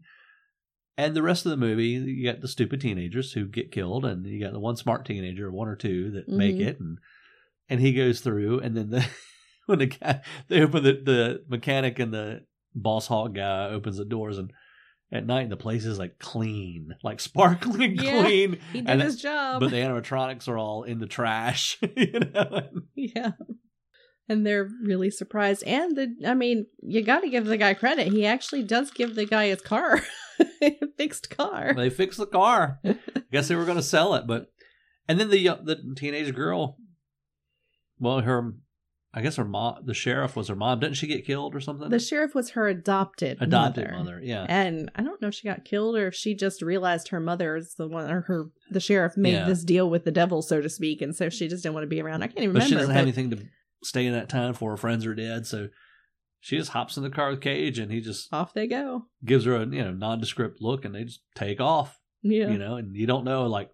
Speaker 1: And the rest of the movie, you got the stupid teenagers who get killed, and you got the one smart teenager, one or two that make
Speaker 3: Mhm.
Speaker 1: it, and and he goes through, and then the when the guy they open the, the mechanic and the boss hog guy opens the doors, and at night the place is like clean, like sparkling
Speaker 3: Yeah.
Speaker 1: clean,
Speaker 3: he did
Speaker 1: And-
Speaker 3: his job
Speaker 1: but the animatronics are all in the trash, you know.
Speaker 3: yeah and they're really surprised and the i mean you gotta give the guy credit he actually does give the guy his car fixed car
Speaker 1: they fixed the car. I guess they were going to sell it, but and then the yo- the teenage girl, well, her, I guess her mom, the sheriff was her mom. Didn't she get killed or something?
Speaker 3: the sheriff was her adopted
Speaker 1: Adopted mother, yeah.
Speaker 3: and I don't know if she got killed or if she just realized her mother is the one or her the sheriff made
Speaker 1: Yeah.
Speaker 3: this deal with the devil, so to speak, and so she just didn't want to be around. I can't even
Speaker 1: but
Speaker 3: remember.
Speaker 1: she doesn't
Speaker 3: but-
Speaker 1: have anything to stay in that town for. Her friends are dead, so she just hops in the car with Cage, and he just
Speaker 3: off they go.
Speaker 1: gives her a you know nondescript look, and they just take off.
Speaker 3: Yeah.
Speaker 1: You know, and you don't know like.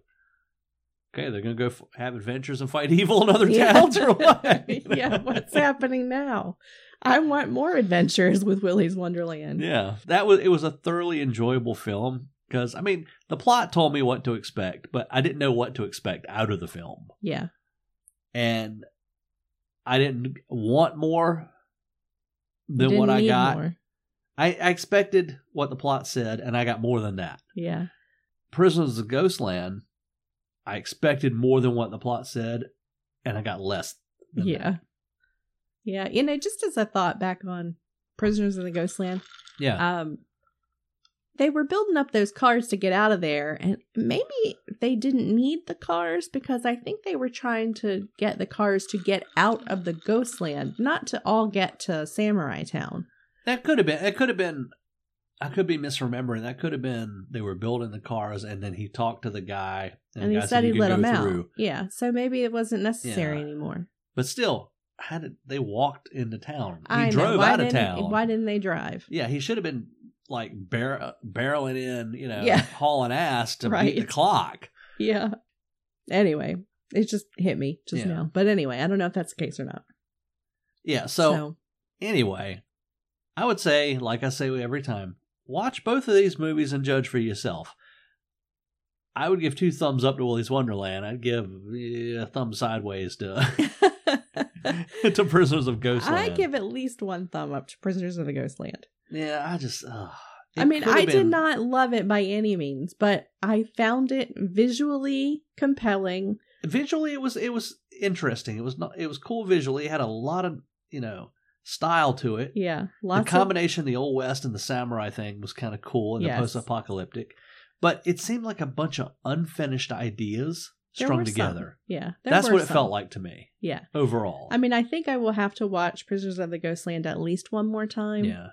Speaker 1: Okay, they're gonna go f- have adventures and fight evil in other
Speaker 3: Yeah.
Speaker 1: towns or what? You know?
Speaker 3: yeah, what's happening now? I want more adventures with Willy's Wonderland.
Speaker 1: Yeah, that was it. Was a thoroughly enjoyable film because I mean the plot told me what to expect, but I didn't know what to expect out of the film,
Speaker 3: Yeah.
Speaker 1: and I didn't want more than
Speaker 3: Didn't
Speaker 1: what I
Speaker 3: need
Speaker 1: got.
Speaker 3: more.
Speaker 1: I, I expected what the plot said, and I got more than that.
Speaker 3: Yeah.
Speaker 1: Prisoners of Ghostland, I expected more than what the plot said, and I got less. Than
Speaker 3: yeah.
Speaker 1: that.
Speaker 3: Yeah. You know, just as a thought back on Prisoners in the Ghostland,
Speaker 1: yeah,
Speaker 3: um they were building up those cars to get out of there and maybe they didn't need the cars because i think they were trying to get the cars to get out of the ghost land not to all get to samurai town
Speaker 1: That could have been. That could have been. I could be misremembering. That could have been they were building the cars, and then he talked to the guy,
Speaker 3: and,
Speaker 1: the
Speaker 3: he
Speaker 1: guy
Speaker 3: said he
Speaker 1: "You can
Speaker 3: let
Speaker 1: go
Speaker 3: them out
Speaker 1: through."
Speaker 3: yeah so maybe it wasn't necessary
Speaker 1: Yeah.
Speaker 3: anymore
Speaker 1: But still, how did they walked into town? He
Speaker 3: I know.
Speaker 1: drove
Speaker 3: Why
Speaker 1: out of
Speaker 3: didn't-
Speaker 1: town.
Speaker 3: why didn't they drive
Speaker 1: Yeah, he should have been like bar- barreling in, you know,
Speaker 3: Yeah.
Speaker 1: hauling ass to beat the
Speaker 3: Right.
Speaker 1: clock.
Speaker 3: yeah anyway it just hit me just
Speaker 1: Yeah.
Speaker 3: now but anyway i don't know if that's the case or not
Speaker 1: Yeah. So, anyway, I would say, like I say every time, watch both of these movies and judge for yourself. I would give two thumbs up to Willy's Wonderland. I'd give eh, a thumb sideways to to Prisoners of Ghostland.
Speaker 3: I give at least one thumb up to Prisoners of the Ghostland.
Speaker 1: Yeah, I just. Uh,
Speaker 3: I mean, I did not love it by any means, but I found it visually compelling.
Speaker 1: Visually, it was it was interesting. It was not. It was cool visually. It had a lot of you know style to it.
Speaker 3: Yeah, lots
Speaker 1: the combination of the old west and the samurai thing was kind of cool and
Speaker 3: Yes.
Speaker 1: the post-apocalyptic but it seemed like a bunch of unfinished ideas
Speaker 3: of there
Speaker 1: strung
Speaker 3: were some.
Speaker 1: together
Speaker 3: Yeah, there
Speaker 1: that's
Speaker 3: were
Speaker 1: what it
Speaker 3: some.
Speaker 1: felt like to me
Speaker 3: Yeah,
Speaker 1: overall
Speaker 3: I mean, I think I will have to watch Prisoners of the Ghostland at least one more time,
Speaker 1: yeah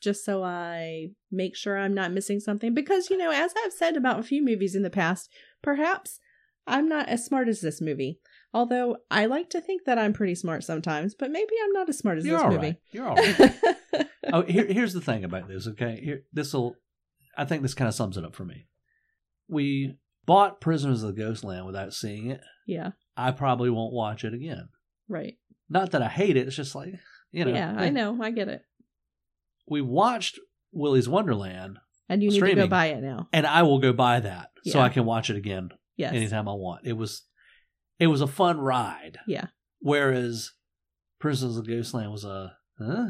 Speaker 3: just so I make sure I'm not missing something. Because you know, as I've said about a few movies in the past, perhaps I'm not as smart as this movie. Although I like to think that I'm pretty smart sometimes, but maybe I'm not as smart as
Speaker 1: you're
Speaker 3: this
Speaker 1: all
Speaker 3: movie.
Speaker 1: right you're all right oh here, here's the thing about this okay here this'll i think this kind of sums it up for me we bought prisoners of the ghostland without seeing it
Speaker 3: yeah,
Speaker 1: i probably won't watch it again
Speaker 3: right.
Speaker 1: not that i hate it it's just like you know eh.
Speaker 3: yeah, I know. I get it.
Speaker 1: we watched willy's wonderland
Speaker 3: And you need to go
Speaker 1: Streaming.
Speaker 3: buy it now.
Speaker 1: and i will go buy that so
Speaker 3: Yeah.
Speaker 1: i can watch it again
Speaker 3: Yes.
Speaker 1: anytime I want. It was it was a fun ride.
Speaker 3: Yeah.
Speaker 1: Whereas Prisons of Ghostland was a huh?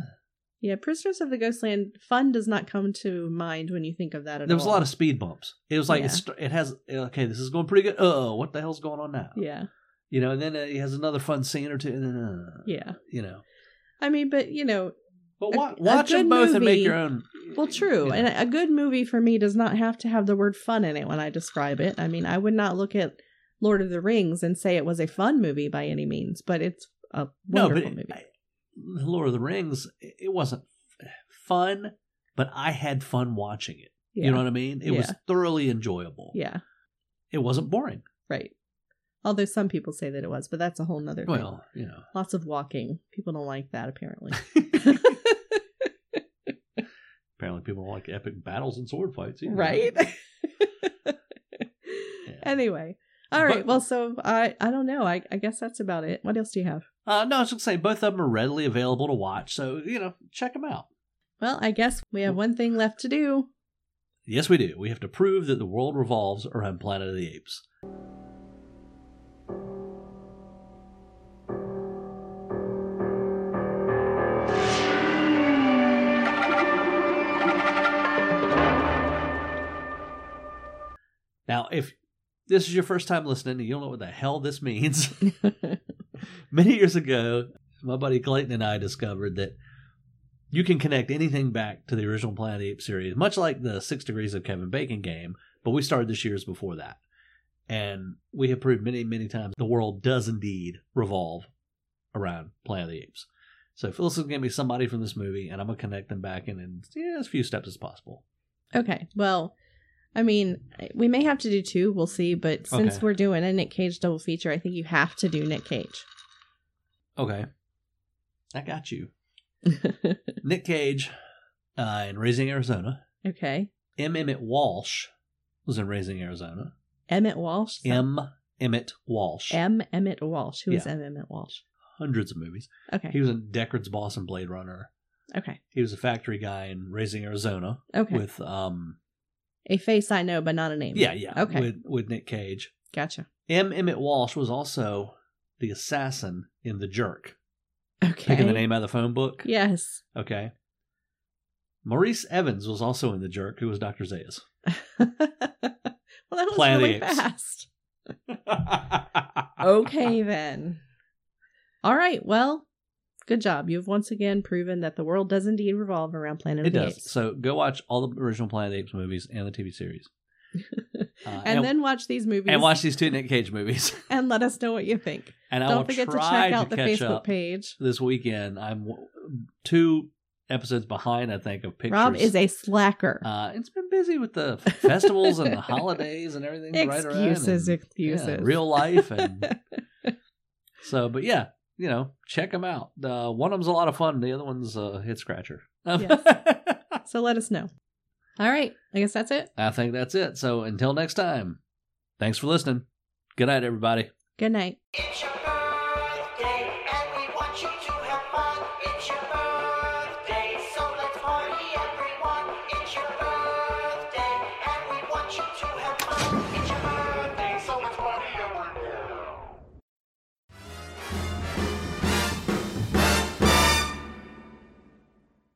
Speaker 3: Yeah, Prisoners of the Ghostland fun does not come to mind when you think of that at all.
Speaker 1: there was a lot of speed bumps. It was like
Speaker 3: Yeah.
Speaker 1: it's, it has okay, this is going pretty good. Oh, what the hell's going on now?
Speaker 3: Yeah,
Speaker 1: You know, and then uh, it has another fun scene or two, and then uh,
Speaker 3: yeah.
Speaker 1: you know.
Speaker 3: I mean, but you know,
Speaker 1: But
Speaker 3: A-
Speaker 1: wa-
Speaker 3: a
Speaker 1: watch them
Speaker 3: good
Speaker 1: both and make
Speaker 3: movie-
Speaker 1: your own.
Speaker 3: well, true.
Speaker 1: you know.
Speaker 3: And a good movie for me does not have to have the word fun in it when I describe it. I mean, I would not look at Lord of the Rings and say it was a fun movie by any means, but it's a
Speaker 1: no, but
Speaker 3: wonderful movie.
Speaker 1: I- Lord of the Rings, it it wasn't f- fun, but I had fun watching it.
Speaker 3: yeah.
Speaker 1: You know what I mean? It was
Speaker 3: Yeah.
Speaker 1: thoroughly enjoyable.
Speaker 3: yeah,
Speaker 1: It wasn't boring.
Speaker 3: right. Although some people say that it was, but that's a whole nother thing.
Speaker 1: Well, you know.
Speaker 3: Lots of walking. People don't like that apparently.
Speaker 1: Apparently, people don't like epic battles and sword fights. either.
Speaker 3: right anyway all right
Speaker 1: But-
Speaker 3: well so i i don't know I, I guess that's about it what else do you have
Speaker 1: Uh, no, I was going to say both of them are readily available to watch, so you know, check them out.
Speaker 3: well i guess we have one thing left to do
Speaker 1: Yes, we do. We have to prove that the world revolves around Planet of the Apes. Now, if this is your first time listening and you don't know what the hell this means, many years ago, my buddy Clayton and I discovered that you can connect anything back to the original Planet of the Apes series, much like the Six Degrees of Kevin Bacon game, but we started this year's before that. And we have proved many, many times the world does indeed revolve around Planet of the Apes. So if this is going to be somebody from this movie, and I'm going to connect them back in, in yeah, as few steps as possible.
Speaker 3: okay well i mean we may have to do two we'll see but since
Speaker 1: Okay.
Speaker 3: we're doing a nick cage double feature i think you have to do nick cage
Speaker 1: Okay. I got you. Nick Cage uh, in Raising Arizona.
Speaker 3: okay
Speaker 1: M. Emmett Walsh was in Raising Arizona.
Speaker 3: emmett walsh
Speaker 1: M. Emmett Walsh.
Speaker 3: m emmett walsh who is
Speaker 1: Yeah.
Speaker 3: m emmett walsh
Speaker 1: Hundreds of movies.
Speaker 3: okay
Speaker 1: He was in Deckard's boss in Blade Runner.
Speaker 3: okay
Speaker 1: He was a factory guy in Raising Arizona
Speaker 3: okay
Speaker 1: with um
Speaker 3: a face i know but not a name
Speaker 1: yeah yeah
Speaker 3: Okay.
Speaker 1: with with Nick Cage.
Speaker 3: gotcha
Speaker 1: M. Emmett Walsh was also the assassin in The Jerk.
Speaker 3: okay
Speaker 1: Picking the name out of the phone book.
Speaker 3: yes
Speaker 1: Okay. Maurice Evans was also in The Jerk, who was Doctor Zayas.
Speaker 3: well, that was
Speaker 1: Planet
Speaker 3: really
Speaker 1: of the Apes.
Speaker 3: fast. Okay, then. All right. Well, Good job. You have once again proven that the world does indeed revolve around Planet
Speaker 1: It
Speaker 3: of the
Speaker 1: does.
Speaker 3: Apes.
Speaker 1: So go watch all the original Planet of the Apes movies and the TV series. Uh,
Speaker 3: and, then watch these movies
Speaker 1: and watch these two Nick Cage movies.
Speaker 3: and let us know what you think.
Speaker 1: And I will
Speaker 3: Don't forget to
Speaker 1: try
Speaker 3: check out the
Speaker 1: catch
Speaker 3: Facebook
Speaker 1: up
Speaker 3: page.
Speaker 1: this weekend. I'm w- two episodes behind, I think, of pictures.
Speaker 3: Rob is a slacker.
Speaker 1: Uh, it's been busy with the festivals and the holidays and everything. right around
Speaker 3: excuses,
Speaker 1: and, yeah,
Speaker 3: excuses.
Speaker 1: real life, and so. But yeah, you know, check them out. Uh, one of them's a lot of fun. The other one's a hit scratcher.
Speaker 3: so let us know. All right. I guess that's it.
Speaker 1: I think that's it. So until next time, thanks for listening. Good night, everybody.
Speaker 3: Good night.
Speaker 5: Sure.